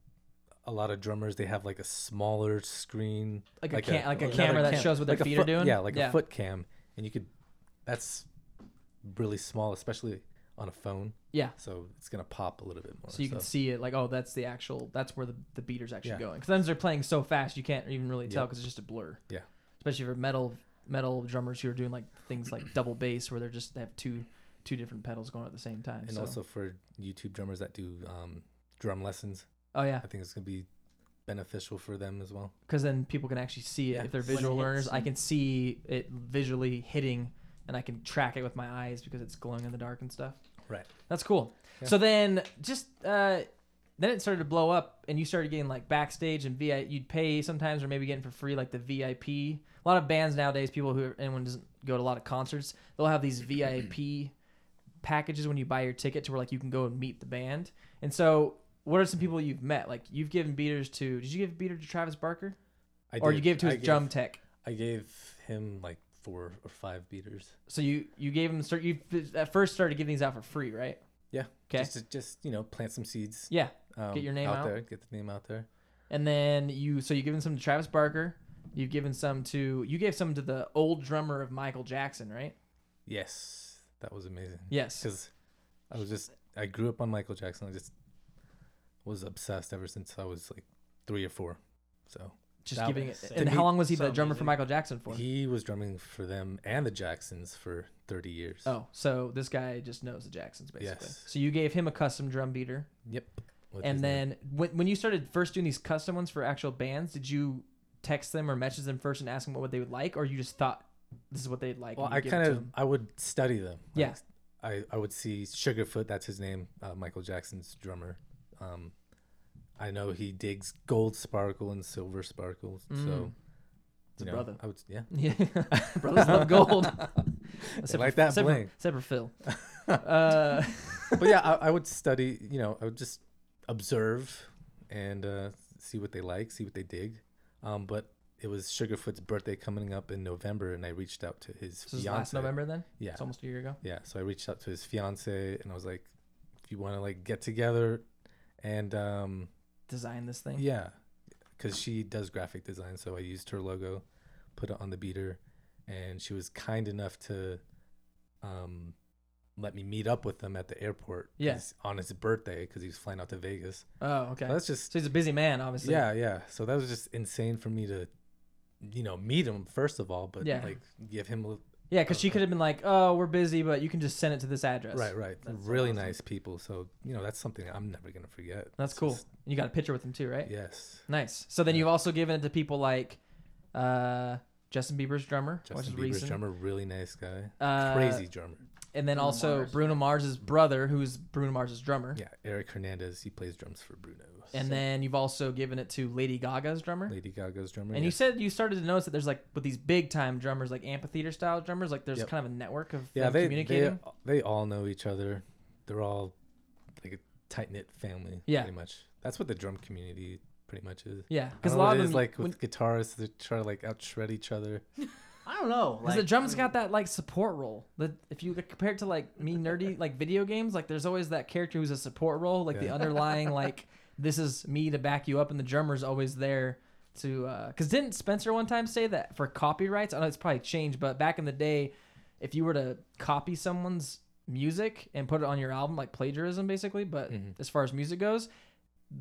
A lot of drummers they have like a smaller screen, Like a cam- like a camera another that shows what their like a feet are foot- doing? Yeah, like Yeah. a foot cam, and you could. That's really small, especially on a phone. Yeah. so it's gonna pop a little bit more. so you can see it like oh that's the actual that's where the, the beater's actually Yeah. going because sometimes they're playing so fast you can't even really tell Yep. because it's just a blur Yeah. especially for metal metal drummers who are doing like things like double bass where they're just they have two two different pedals going at the same time and so. also for YouTube drummers that do um, drum lessons, oh yeah I think it's gonna be beneficial for them as well. because then people can actually see it. Yeah. If they're When it visual hits learners, I and- can see it visually hitting, and I can track it with my eyes because it's glowing in the dark and stuff. Right. That's cool. Yeah. So then, just uh, then it started to blow up, and you started getting like backstage and VIP. You'd pay sometimes, or maybe getting for free like the VIP. A lot of bands nowadays, people who anyone doesn't go to a lot of concerts, they'll have these VIP packages when you buy your ticket to where like you can go and meet the band. And so, what are some people you've met? Like you've given beaters to? Did you give beater to Travis Barker? I or you gave to I his drum tech. I gave him like four or five beaters. So you you gave him start you at first started giving these out for free, right? Yeah. 'Kay. Just, to- just you know, plant some seeds. Yeah. Um, your name out. there. Get the name out there. And then you so you given some to Travis Barker. You've given some to you gave some to the old drummer of Michael Jackson, right? Yes, that was amazing. Yes. Because I was just I grew up on Michael Jackson. I just was obsessed ever since I was like three or four. So Just that giving was it. sick. And To how me- long was he so the drummer for amazing. Michael Jackson for? he was drumming for them and the Jacksons for thirty years. oh, so this guy just knows the Jacksons basically. Yes. So you gave him a custom drum beater. Yep. With and his name. then when, when you started first doing these custom ones for actual bands, did you text them or message them first and ask them what they would like or you just thought this is what they'd like? Well, and you I give it to kind of them? I would study them. Yeah. Like, I I would see Sugarfoot. That's his name. Uh, Michael Jackson's drummer. Um, I know he digs gold sparkle and silver sparkle. So Mm. It's a you know, brother. I would yeah. Yeah, brothers love gold. They like that except bling. For, except for Phil. Uh, but yeah, I, I would study. You know, I would just observe and uh, see what they like, see what they dig. Um, but it was Sugarfoot's birthday coming up in November, and I reached out to his this was fiance. last November. Then Yeah. it's almost a year ago. yeah so i reached out to his fiance and i was like if you want to like get together and um Designed this thing. yeah because she does graphic design so i used her logo put it on the beater and she was kind enough to um let me meet up with them at the airport Yeah. 'cause- on his birthday because he was flying out to vegas Oh, okay. So that's just so he's a busy man, obviously. yeah yeah so that was just insane for me to you know meet him first of all but Yeah. like give him a little Yeah, because she could have been like, "Oh, we're busy, but you can just send it to this address." Right, right. That's so really awesome. nice people. So you know that's something I'm never gonna forget. That's It's cool. just- And you got a picture with him too, right? yes. Nice. So then Yeah. you've also given it to people like, uh, Justin Bieber's drummer, which Justin is Bieber's recent. drummer, really nice guy, Uh, crazy drummer. And then Bruno also Mars. Bruno Mars's brother, who's Bruno Mars's drummer. Yeah, Eric Hernandez. He plays drums for Bruno. And So, then you've also given it to Lady Gaga's drummer. Lady Gaga's drummer. And yeah. you said you started to notice that there's like with these big time drummers, like amphitheater style drummers, like there's Yep. kind of a network of yeah, them they, communicating. they they all know each other. They're all like a tight knit family. Yeah. pretty much. That's what the drum community pretty much is. yeah, I because a don't know what lot of it them is like when- with guitarists that try to like out shred each other. I don't know. Because like, the drums I mean, got that like support role. That if you compare it to like me nerdy like video games, like there's always that character who's a support role, like the Yeah. underlying like this is me to back you up, and the drummer's always there to. Because didn't Spencer one time say that for copyrights? I know it's probably changed, but back in the day, if you were to copy someone's music and put it on your album, like plagiarism basically. But Mm-hmm. Mhm. as far as music goes.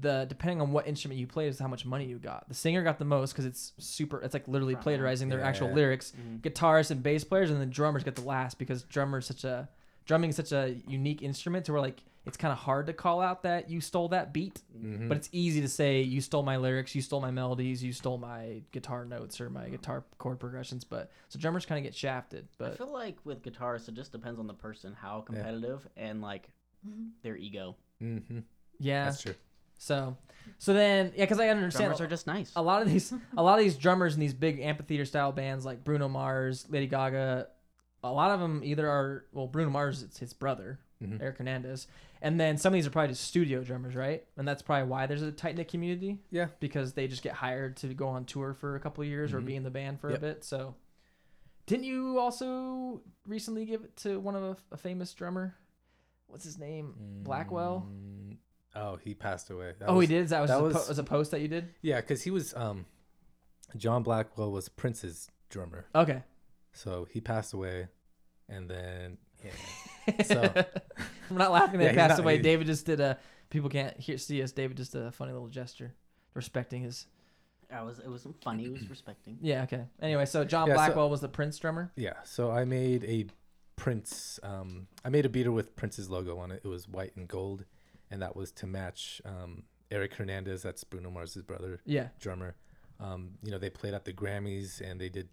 The depending on what instrument you played is how much money you got. The singer got the most because it's super. It's like literally Frontman. plagiarizing their actual Yeah. lyrics mhm. guitarists and bass players, and then drummers get the last because drummers such a drumming is such a unique instrument to where like it's kind of hard to call out that you stole that beat, Mhm. Mm-hmm. but it's easy to say you stole my lyrics, you stole my melodies, you stole my guitar notes or my guitar chord progressions. But so drummers kind of get shafted, I but feel like with guitarists, it just depends on the person, how competitive and like Mm-hmm. their ego. Mhm. yeah. That's true. So so then yeah, because I understand Drummers are just nice. a lot of these a lot of these drummers in these big amphitheater style bands like Bruno Mars, Lady Gaga, a lot of them either are well Bruno Mars it's his brother Mhm. Eric Hernandez, and then some of these are probably just studio drummers, right? And that's probably why there's a tight knit community. Yeah. because they just get hired to go on tour for a couple of years or Mhm. be in the band for Yep. a bit. So, didn't you also recently give it to one of a, a famous drummer? What's his name? Blackwell? Mm, Oh, he passed away. That oh, was, he did. That was that a was- po- was a post that you did. Yeah, because he was um, John Blackwell was Prince's drummer, Okay. so he passed away, and then yeah, So- I'm not laughing. They Yeah, he's passed not- away. he- David just did a. People can't hear see us. David just did a funny little gesture, respecting his. I was, it was funny. It was respecting. Yeah. Okay. Anyway, so John Yeah, so- Blackwell was the Prince drummer. yeah. So I made a Prince. Um, I made a beater with Prince's logo on it. It was white and gold, and that was to match um, Eric Hernandez. That's Bruno Mars's brother, Yeah. drummer. Um, you know, they played at the Grammys, and they did.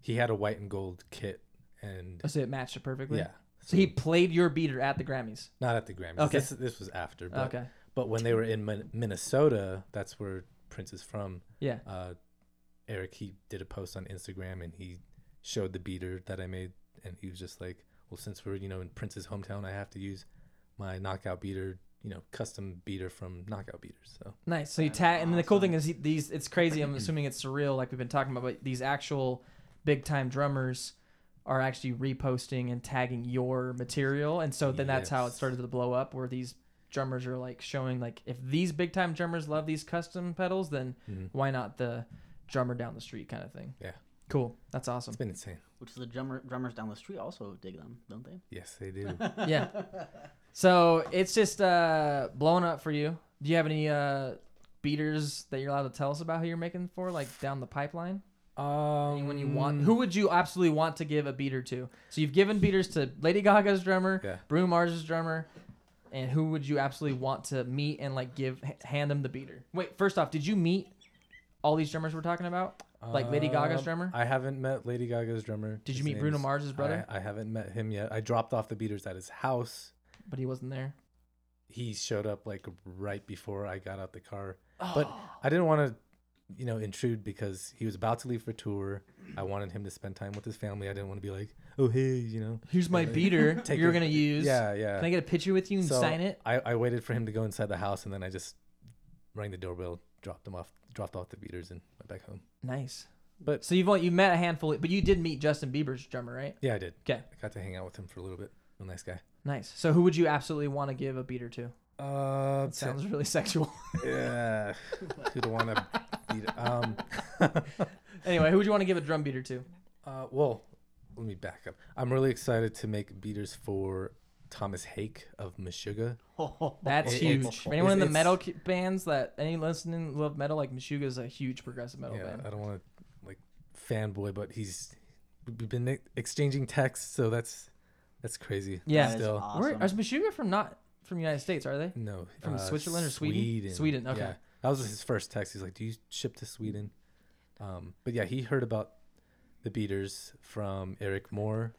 He had a white and gold kit, and Oh, So it matched it perfectly. yeah. So he played your beater at the Grammys. not at the Grammys. Okay. This, this was after, but okay. But when they were in Min- Minnesota, that's where Prince is from. Yeah. Uh, Eric, he did a post on Instagram and he showed the beater that I made, and he was just like, "Well, since we're you know in Prince's hometown, I have to use my knockout beater, you know, custom beater from Knockout Beaters." So Nice. So you That's tag, and then the cool awesome. thing is he, these. It's crazy. I'm assuming it's surreal, like we've been talking about. But these actual big time drummers are actually reposting and tagging your material, and so then that's how it Yes. started to blow up. Where these drummers are like showing, like, if these big time drummers love these custom pedals, then mhm. why not the drummer down the street kind of thing? Yeah. Cool. That's awesome. it's been insane. Which the drummer, drummers down the street also dig them, don't they? Yes, they do. yeah. So it's just uh blown up for you. Do you have any uh beaters that you're allowed to tell us about who you're making for, like down the pipeline? um, Anyone you want? Who would you absolutely want to give a beater to? So you've given beaters to Lady Gaga's drummer, Yeah. Bruno Mars's drummer, and who would you absolutely want to meet and like give h- hand them the beater? Wait, first off, did you meet all these drummers we're talking about? Like Lady Gaga's Um, drummer? I haven't met Lady Gaga's drummer. Did you His meet name Bruno is- Mars's brother? I, I haven't met him yet. I dropped off the beaters at his house. But he wasn't there. He showed up like right before I got out the car. But I didn't want to, you know, intrude because he was about to leave for tour. I wanted him to spend time with his family. I didn't want to be like, oh hey, you know. Here's my beater Take you're it- gonna use. Yeah, yeah. Can I get a picture with you and So, sign it? I, I waited for him to go inside the house, and then I just rang the doorbell, dropped him off, dropped off the beaters, and went back home. Nice. But- so you've only you met a handful, but you did meet Justin Bieber's drummer, right? Yeah, I did. 'Kay. I got to hang out with him for a little bit. Real nice guy. Nice. So who would you absolutely want to give a beater to? Uh, That sounds really sexual. yeah. Who do want to beat? Um, anyway, who would you want to give a drum beater to? uh, well, let me back up. I'm really excited to make beaters for Thomas Hake of Meshuggah. That's It- huge. it's- For anyone in the it's- metal ki- bands that any listening love metal, like Meshuggah is a huge progressive metal yeah, band. I don't want to like fanboy, but he's we've been e- exchanging texts, so that's that's crazy. Yeah. That is still Where, awesome. is Meshuggah from not from United States? Are they? no From Switzerland or Sweden? Sweden, okay. Uh, yeah. that was his first text. He's like, "Do you ship to Sweden?" Um, but yeah, he heard about the beaters from Eric Moore.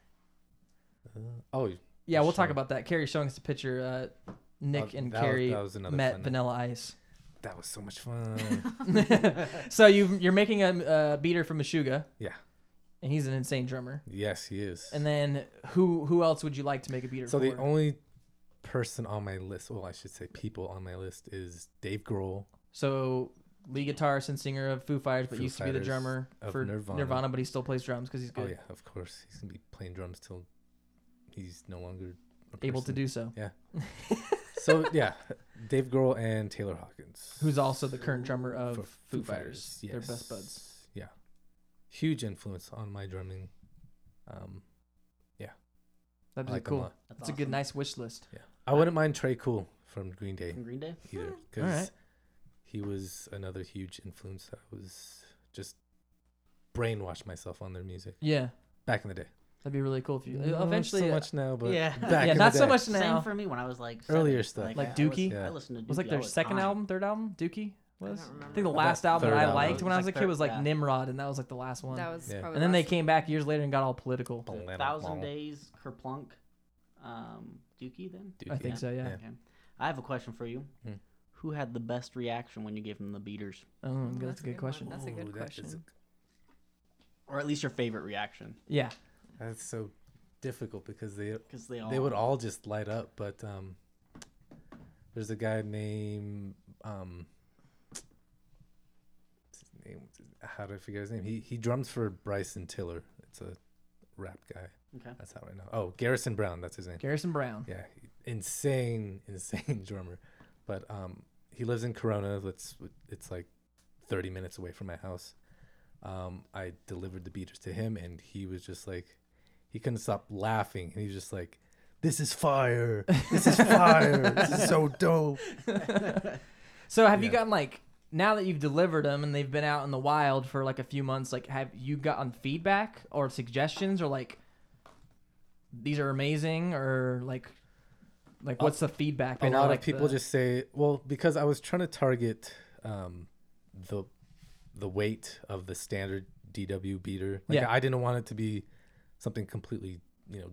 Uh, oh, y- Yeah, we'll talk Sure. about that. Carrie's showing us the picture. Uh, Nick Oh, and that was- Carrie that was another met fun- Vanilla Ice. that was so much fun. so you you're making a, uh beater from Meshuga. Yeah. and he's an insane drummer. yes, he is. And then who who else would you like to make a beater so for? the only person on my list, well, I should say people on my list is Dave Grohl. so lead guitarist and singer of Foo Fighters, but Foo used to be the Fighters drummer of for Nirvana. Nirvana. but he still plays drums because he's good, Oh yeah, of course he's gonna be playing drums till he's no longer a able to person. do so. So yeah, Dave Grohl and Taylor Hawkins, Who's also the current drummer of For Foo Fighters. They're best buds. Yeah, huge influence on my drumming. Um, That'd I be like them a cool. lot. That's a good, awesome. nice wish list. Yeah, I wouldn't mind Trey Cool from Green Day From Green Day. either All because right. he was another huge influence. that was just brainwashed myself on their music Yeah, back in the day. that'd be really cool if you Not eventually. so uh, much now, but Yeah. back yeah, in not the so day. much now. Same for me when I was like Earlier seven. stuff. Like I Dookie? lis- I, Yeah. listened to Dookie. was like all their the second time. album, third album, Dookie I was. don't I think the remember. last That album that third I album. liked when I It was was a like kid was third, like yeah. Nimrod, and that was like the last one. That was Yeah. probably. and then they last- came back years later and got all political. Oh, The man, Thousand oh. Days, Kerplunk, um, Dookie. Then I think so. Yeah. Yeah. Okay. I have a question for you. Hmm. Who had the best reaction when you gave them the beaters, Oh, Mm, that's, a good, one. question. That's a good Ooh, that is question. or at least your favorite reaction? Yeah. That's so difficult because they Because they all they would all just light up. But um, there's a guy named um, what's his name? How do I figure his name? He he drums for Bryson Tiller. It's a rap guy. Okay. That's how I know. Oh, Garrison Brown. That's his name. Garrison Brown. Yeah, insane, insane drummer. But um, he lives in Corona. That's it's like thirty minutes away from my house. Um, I delivered the beaters to him, and he was just like, he couldn't stop laughing, and he was just like, "This is fire! This is fire! this is so dope!" So have you Yeah. gotten like now that you've delivered them and they've been out in the wild for like a few months? Like, have you gotten feedback or suggestions or like these are amazing or like like what's the feedback? a been, or, lot like, of people the- just say, well, because I was trying to target um, the the weight of the standard DW beater. Like, Yeah. I didn't want it to be something completely, you know,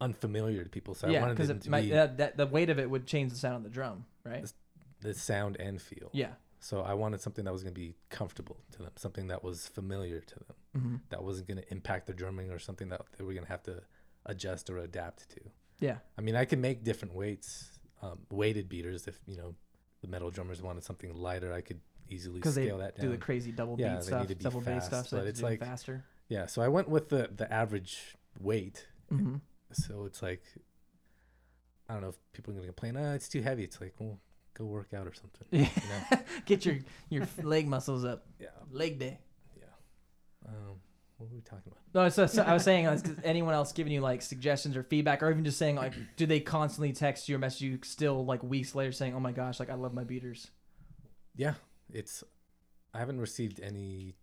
unfamiliar to people. So I yeah wanted because it, it to might be that, that the weight of it would change the sound of the drum, right? It's- the sound and feel. Yeah. So I wanted something that was going to be comfortable to them, something that was familiar to them, hmm that wasn't going to impact their drumming or something that they were going to have to adjust or adapt to. Yeah. I mean, I can make different weights, um, weighted beaters. If you know, the metal drummers wanted something lighter, I could easily Because they scale that down. do the crazy double beat Yeah, they need stuff, to be double bass fast, stuff, so but it's it's like like- faster. yeah, so I went with the the average weight. hmm So it's like, I don't know if people are gonna complain. Ah, it's too heavy. It's like, well, go work out or something. Yeah. You know? Get your your leg muscles up. yeah. Leg day. Um, what were we talking about? No, so, so I was saying, like, is anyone else giving you like suggestions or feedback, or even just saying like, do they constantly text you or message you still like weeks later saying, "Oh my gosh, like I love my beaters." Yeah, it's. I haven't received any.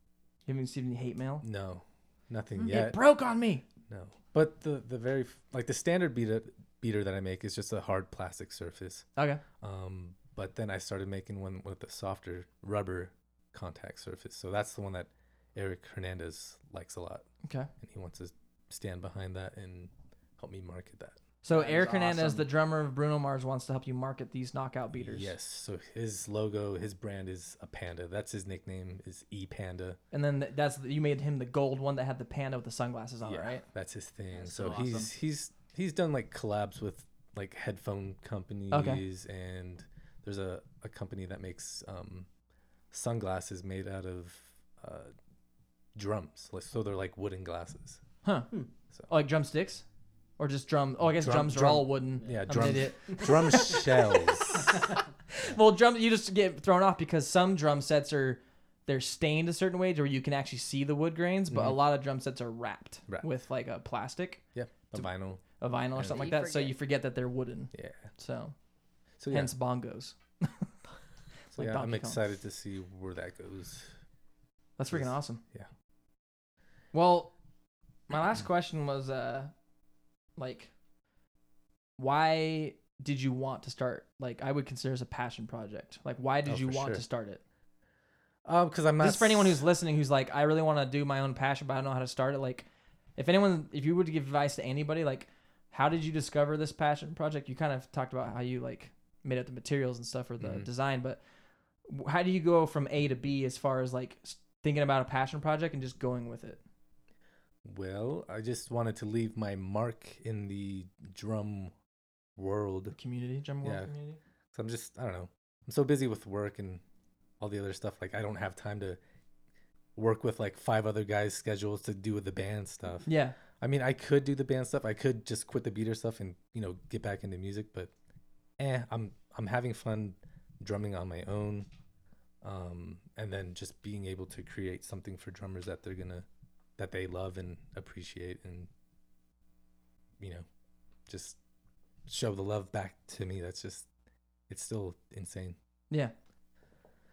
You haven't received any hate mail. No, nothing Mm, yet. It broke on me. No, but the the very f- like the standard beater beater that I make is just a hard plastic surface. Okay. Um, but then I started making one with a softer rubber contact surface. So that's the one that Eric Hernandez likes a lot, Okay. and he wants to stand behind that and help me market that. So That is Eric Hernandez, awesome. the drummer of Bruno Mars, wants to help you market these knockout beaters. Yes. So his logo, his brand is a panda. That's his nickname is E Panda. And then th- that's you made him the gold one that had the panda with the sunglasses on, it, right? That's his thing. That's so so awesome. he's he's he's done like collabs with like headphone companies and there's a, a company that makes um, sunglasses made out of uh, drums. Like so they're like wooden glasses. Huh. Hmm. Oh, like drumsticks, or just drum? Oh, I guess Drum- drums are drum- all wooden. Yeah, I'm an drum idiot. drum shells. Well, drum you just get thrown off because some drum sets are they're stained a certain way to where you can actually see the wood grains, but a Mhm. lot of drum sets are wrapped, Wrapped. with like a plastic, The vinyl. a vinyl or Yeah. something like You that, so forget. you forget that they're wooden. Yeah. So So yeah, hence bongos. so, like yeah I'm Donkey Kong. excited to see where that goes. That's freaking Yes. awesome. Yeah. Well, my last question was uh like why did you want to start like I would consider this a passion project. Like why did Oh, you for want sure. to start it? because I'm not. Just for anyone s- who's listening, who's like, I really want to do my own passion, but I don't know how to start it. Like, if anyone, if you would give advice to anybody, like, how did you discover this passion project? You kind of talked about how you like made up the materials and stuff or the Mhm. design, but w- how do you go from A to B as far as like s- thinking about a passion project and just going with it? Well, I just wanted to leave my mark in the drum world. Community, drum world Yeah. community. So I'm just, I don't know. I'm so busy with work and all the other stuff. Like, I don't have time to work with like five other guys' schedules to do the band stuff. Yeah, I mean, I could do the band stuff. I could just quit the beater stuff and you know get back into music, but eh, I'm I'm having fun drumming on my own, um, and then just being able to create something for drummers that they're gonna that they love and appreciate, and you know, just show the love back to me. That's just it's still insane. yeah.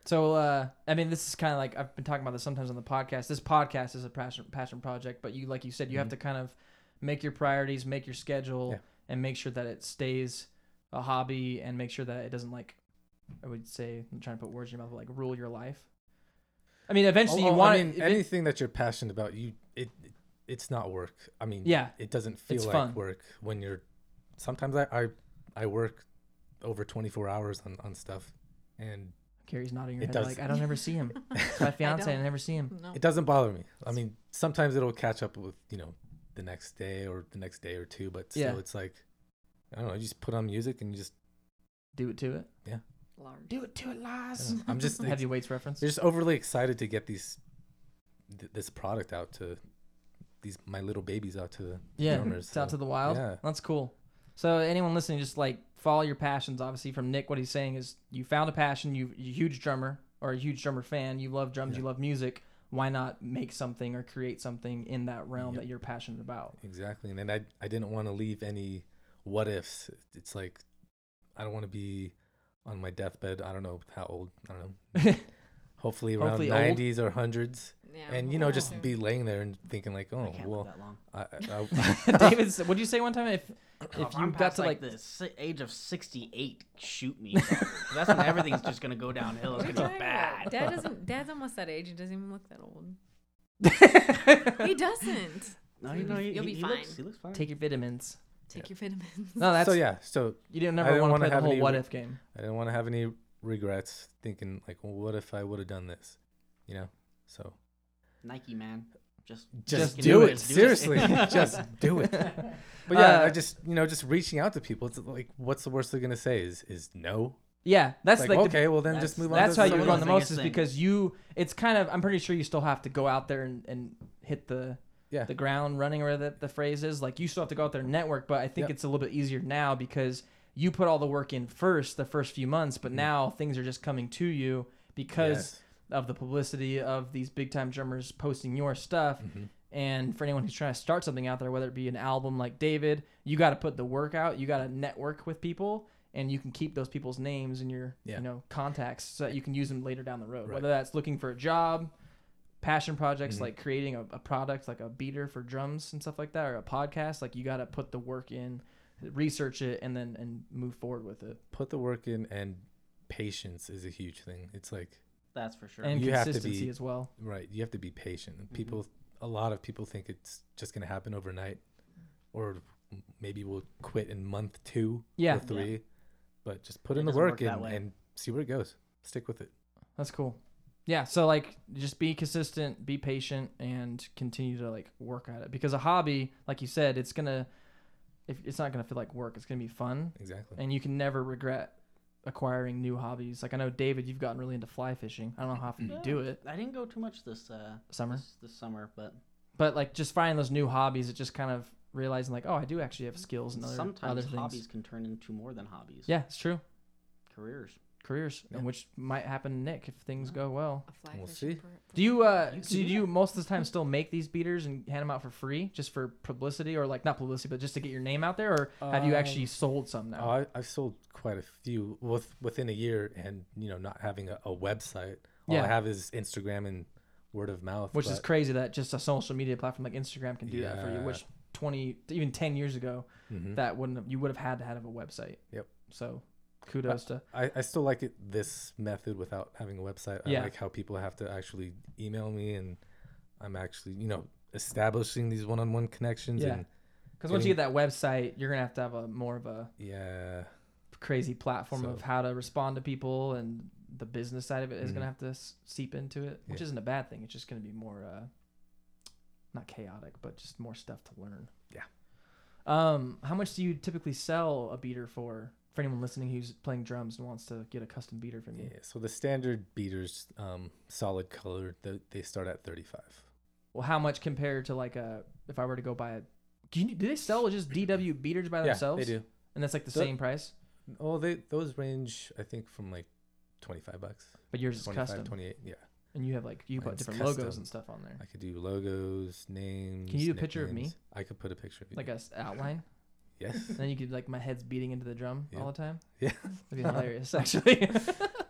So, uh, I mean, this is kind of like I've been talking about this sometimes on the podcast. This podcast is a passion passion project, but you, like you said, you have Mhm. to kind of make your priorities, make your schedule, Yeah. and make sure that it stays a hobby, and make sure that it doesn't like I would say I'm trying to put words in your mouth, but like rule your life. I mean, eventually Oh, you oh, want I mean, it. ev- anything that you're passionate about, you it, it- it's not work. I mean, Yeah. it doesn't feel It's like fun. work when you're. Sometimes I I, I work over 24 hours on, on stuff, and Gary's nodding your It head does. like I don't ever see him. It's my fiance, I, don't. never see him. No. it doesn't bother me. I mean, sometimes it'll catch up with you know the next day or the next day or two, but still, Yeah. it's like I don't know. You just put on music and you just Do it to it. Large. Do it to it, I Lars. don't know, I'm just ex- Heavy weights reference. they're just overly excited to get these th- this product out to these my little babies out to the Yeah, drummers. it's out to so- the wild. yeah. That's cool. So anyone listening, just like follow your passions. Obviously, from Nick, what he's saying is you found a passion. You you huge drummer or a huge drummer fan. You love drums. Yeah. You love music. Why not make something or create something in that realm Yep. that you're passionate about? Exactly. And then I, I didn't want to leave any what ifs. It's like, I don't want to be on my deathbed. I don't know how old. I don't know. Hopefully around Hopefully old. 90s or 100s. Yeah, Oh, and, you know, yeah. just be laying there and thinking, like, I oh, can't live well, that long. I, I, David, what would you say one time? If if If you I'm got past, to like, the si- age of 68, shoot me. 'Cause that's when everything's just gonna go downhill. It's What are you gonna talking be bad. about? Dad doesn't. Dad's almost that age. He doesn't even look that old. He doesn't. No, You'll you know, be- he, you'll he- be he looks, fine. he looks fine. take your vitamins. Take your vitamins. No, that's so, yeah. So you didn't I never don't want to wanna play the have whole any what re- if game. I didn't want to have any regrets thinking, like, well, what if I would have done this? You know? So Nike man, just Just just, do do, it. it. Seriously. just do it. But yeah, Uh, I just, you know, just reaching out to people. It's like, what's the worst they're going to say is, is no. Yeah, that's It's like, like, the- okay, well, then That's- just move on. that's to how so you someone run the most biggest else. is thing. because you it's kind of i'm pretty sure you still have to go out there and, and hit the Yeah. the ground running or the, the phrase is like you still have to go out there and network but i think Yep. it's a little bit easier now because you put all the work in first the first few months but now things are just coming to you because Mm-hmm. Yes. of the publicity of these big time drummers posting your stuff Mhm. and for anyone who's trying to start something out there whether it be an album like david you got to put the work out you got to network with people and you can keep those people's names in your Yeah. you know contacts so that you can use them later down the road Right. whether that's looking for a job passion projects Mhm. like creating a, a product like a beater for drums and stuff like that or a podcast like you got to put the work in research it and then and move forward with it put the work in and patience is a huge thing it's like That's for sure. and You have to consistency be- as well right you have to be patient Mm-hmm. And people a lot of people think it's just going to happen overnight or maybe we'll quit in month two Yeah. or three but just put It in the doesn't work, work that and, way. and see where it goes stick with it That's cool. Yeah, so like just be consistent, be patient and continue to like work at it because a hobby, like you said, it's going to if it's not going to feel like work, it's going to be fun exactly and you can never regret acquiring new hobbies. Like I know David, you've gotten really into fly fishing. I don't know how often you do it I didn't go too much this uh, summer, this, this summer, but but like just finding those new hobbies, it just kind of realizing like, oh, I do actually have skills and other sometimes other things. hobbies can turn into more than hobbies. Yeah, it's true. careers. Careers, Yeah. and which might happen to Nick if things go well. A fly We'll fishing see. per- per- Do you uh You so can do do you most of the time still make these beaters and hand them out for free just for publicity or like not publicity but just to get your name out there or have you actually Um, sold some oh, now? I, i've sold quite a few with within a year and you know not having a, a website all Yeah. i have is instagram and word of mouth which is but- crazy that just a social media platform like Instagram can do that for you Yeah. which 20 even 10 years ago Mhm. that wouldn't have, you would have had to have a website. Yep. So kudos to I, I still like it this method without having a website. I Yeah. like how people have to actually email me and I'm actually, you know, establishing these one on one connections Yeah. and because once you get that website, you're gonna have to have a more of a yeah. crazy platform So- of how to respond to people and the business side of it is Mhm. gonna have to s- seep into it, which Yeah. isn't a bad thing. It's just gonna be more uh, not chaotic, but just more stuff to learn. Yeah. Um, how much do you typically sell a beater for? For anyone listening who's playing drums and wants to get a custom beater from you, Yeah. So the standard beaters, um, solid color, they, they start at 35. well, how much compared to like a if I were to go buy a, do, you, do they sell just DW beaters by themselves? Yeah, they do. and that's like the Th- same price, Oh, they those range I think from like 25 bucks. but yours is 25, custom, 28. Yeah. and you have like you put Mine's different logos custom. and stuff on there, I could do logos, names. Can you do a picture of me? nicknames. I could put a picture of you. like a s- outline. yes. And then you could like my head's beating into the drum all the Yep. time. Yeah. It'd be hilarious actually.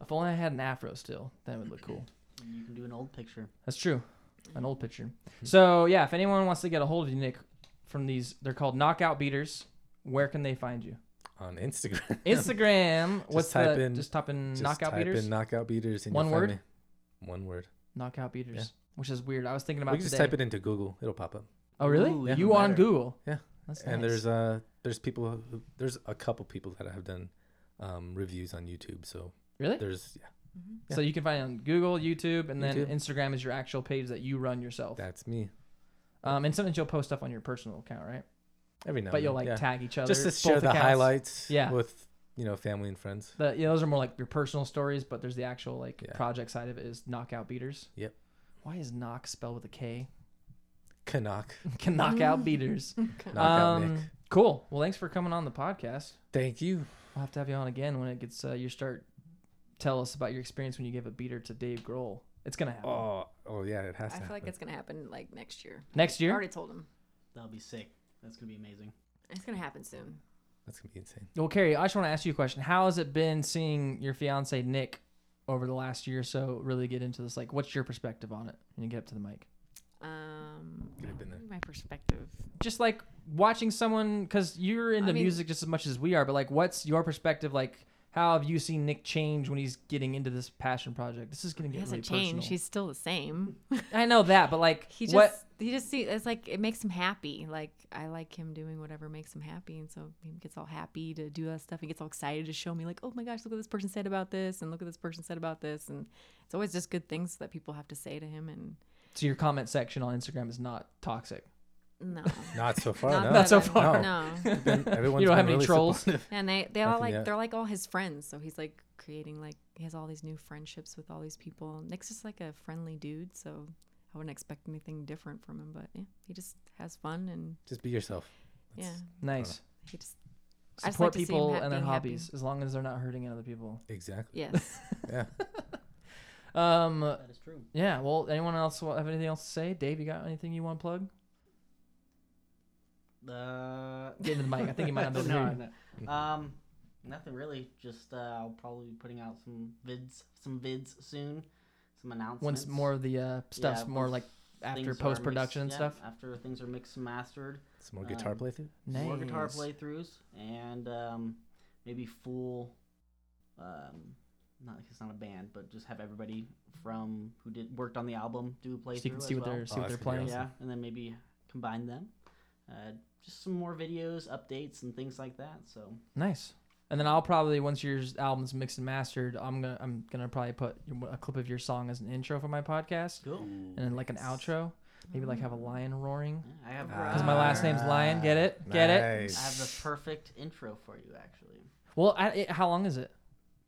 if only I had an afro still, that would look cool. You can do an old picture. That's true. An old picture. Hmm. So yeah, if anyone wants to get a hold of you, Nick, from these they're called knockout beaters. Where can they find you? On Instagram. Instagram. what's type the in- just type in Just knockout type beaters? In knockout beaters. And One you'll word? find me. One word. knockout beaters. Which is weird. I was thinking We about can just today. type it into Google. It'll pop up. oh really? Ooh, even you on better. Google? Yeah. That's And nice. there's uh there's people who, there's a couple people that have done um, reviews on YouTube. So really. there's yeah, Mm-hmm. yeah. So you can find it on Google, YouTube, and then YouTube. Instagram is your actual page that you run yourself. that's me. Um, and sometimes you'll post stuff on your personal account, right? Every now. but and you'll then, like yeah. tag each other. just to both share the accounts. highlights. Yeah. With you know family and friends. The, yeah, those are more like your personal stories, but there's the actual like Yeah. project side of it is knockout beaters. Yep. Why is knock spelled with a K? Canuck. Can knockout beaters. Knockout Um, Nick. Cool. Well, thanks for coming on the podcast. Thank you. We'll have to have you on again when it gets uh, your start. Tell us about your experience when you gave a beater to Dave Grohl. It's gonna happen Oh oh yeah, it has I to. feel like happen. it's gonna happen like next year. next I year. already told him That'll be sick. That's gonna be amazing. it's gonna happen soon. that's gonna be insane. Well, Carrie, I just want to ask you a question. How has it been seeing your fiance Nick over the last year or so? Really get into this. Like, what's your perspective on it? When you get up to the mic. Um, Could have been there. my perspective. just like watching someone because you're into I mean- music just as much as we are but like what's your perspective like how have you seen nick change when he's getting into this passion project this is gonna He get really hasn't personal changed. He's still the same. i know that but like He just what he just see it's like it makes him happy. Like I like him doing whatever makes him happy, and so he gets all happy to do that stuff. He gets all excited to show me like, oh my gosh, look what this person said about this, and look what this person said about this, and it's always just good things that people have to say to him. And so your comment section on instagram is not toxic no, Not so far. Not no. Not so that I- far. No, Everyone's you don't been have any really trolls and they they all Nothing like yet. they're like all his friends. So he's like creating like he has all these new friendships with all these people. Nick's just like a friendly dude, so I wouldn't expect anything different from him. But yeah, he just has fun and Just be yourself. yeah, nice he just I just like support to see him people ha- and their being happy. hobbies as long as they're not hurting other people Exactly. yes. Yeah. um That is true. yeah well anyone else wa- have anything else to say dave you got anything you want to plug Uh, Get into the mic. I think you might not be able to no, hear no. Um, nothing really. Just uh, I'll probably be putting out some vids, some vids soon, some announcements. once more of the uh, stuff's Yeah, more once like after things are mixed- post-production and yeah, stuff After things are mixed and mastered, Some more guitar Um, playthrough. nice. more guitar playthroughs, and um, maybe full. Um, not it's not a band, but just have everybody from who did worked on the album do a playthrough. so you can see as what well. they're see Oh, what they're that's gonna be playing awesome. Yeah, and then maybe combine them. Uh, just some more videos, updates, and things like that. So Nice. And then I'll probably once your album's mixed and mastered, I'm gonna I'm gonna probably put your- a clip of your song as an intro for my podcast, cool. and then like an outro. Maybe like Mm. have a lion roaring Yeah, I have uh, because my last name's Lion. Get it? Get it? I have the perfect intro for you, actually. Well, I, it, how long is it?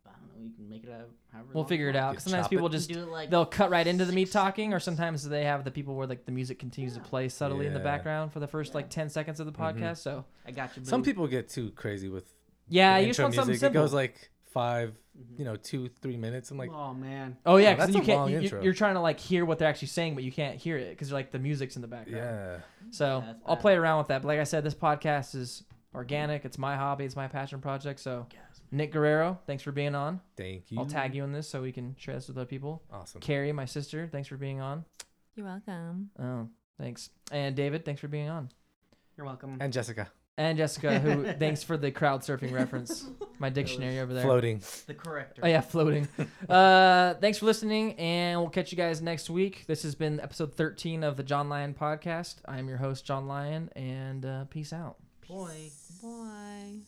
I don't know. You can make it out however. We'll long figure you it want. out. 'cause sometimes chop it. people You can just do it like they'll cut right into the me six talking, or seconds. sometimes they have the people where like the music continues to Yeah. play subtly in the Yeah. background for the first Yeah. like ten seconds of the podcast. Mhm. So I got you. Some boo. people get too crazy with yeah, the you just intro want something music. It simple. Mm-hmm. goes like five, Mhm. you know, two, three minutes. I'm like, oh man. oh yeah, Oh, because that's you a can't long you- you, intro. you're trying to like hear what they're actually saying, but you can't hear it because like the music's in the background. yeah. So Yeah, that's I'll bad. play around with that. But like I said, this podcast is organic. It's my hobby. It's my passion project. So Yes. Nick Guerrero, thanks for being on. Thank you. I'll tag you in this so we can share this with other people. Awesome. Carrie, my sister, thanks for being on. You're welcome. Oh, thanks. And David, thanks for being on. You're welcome. And Jessica. And Jessica, who thanks for the crowd surfing reference, my dictionary over there. Floating. The corrector. Oh yeah, floating. uh, thanks for listening, and we'll catch you guys next week. This has been episode 13 of the John Lyon podcast. I'm your host, John Lyon, and uh, peace out. Boy. Boy.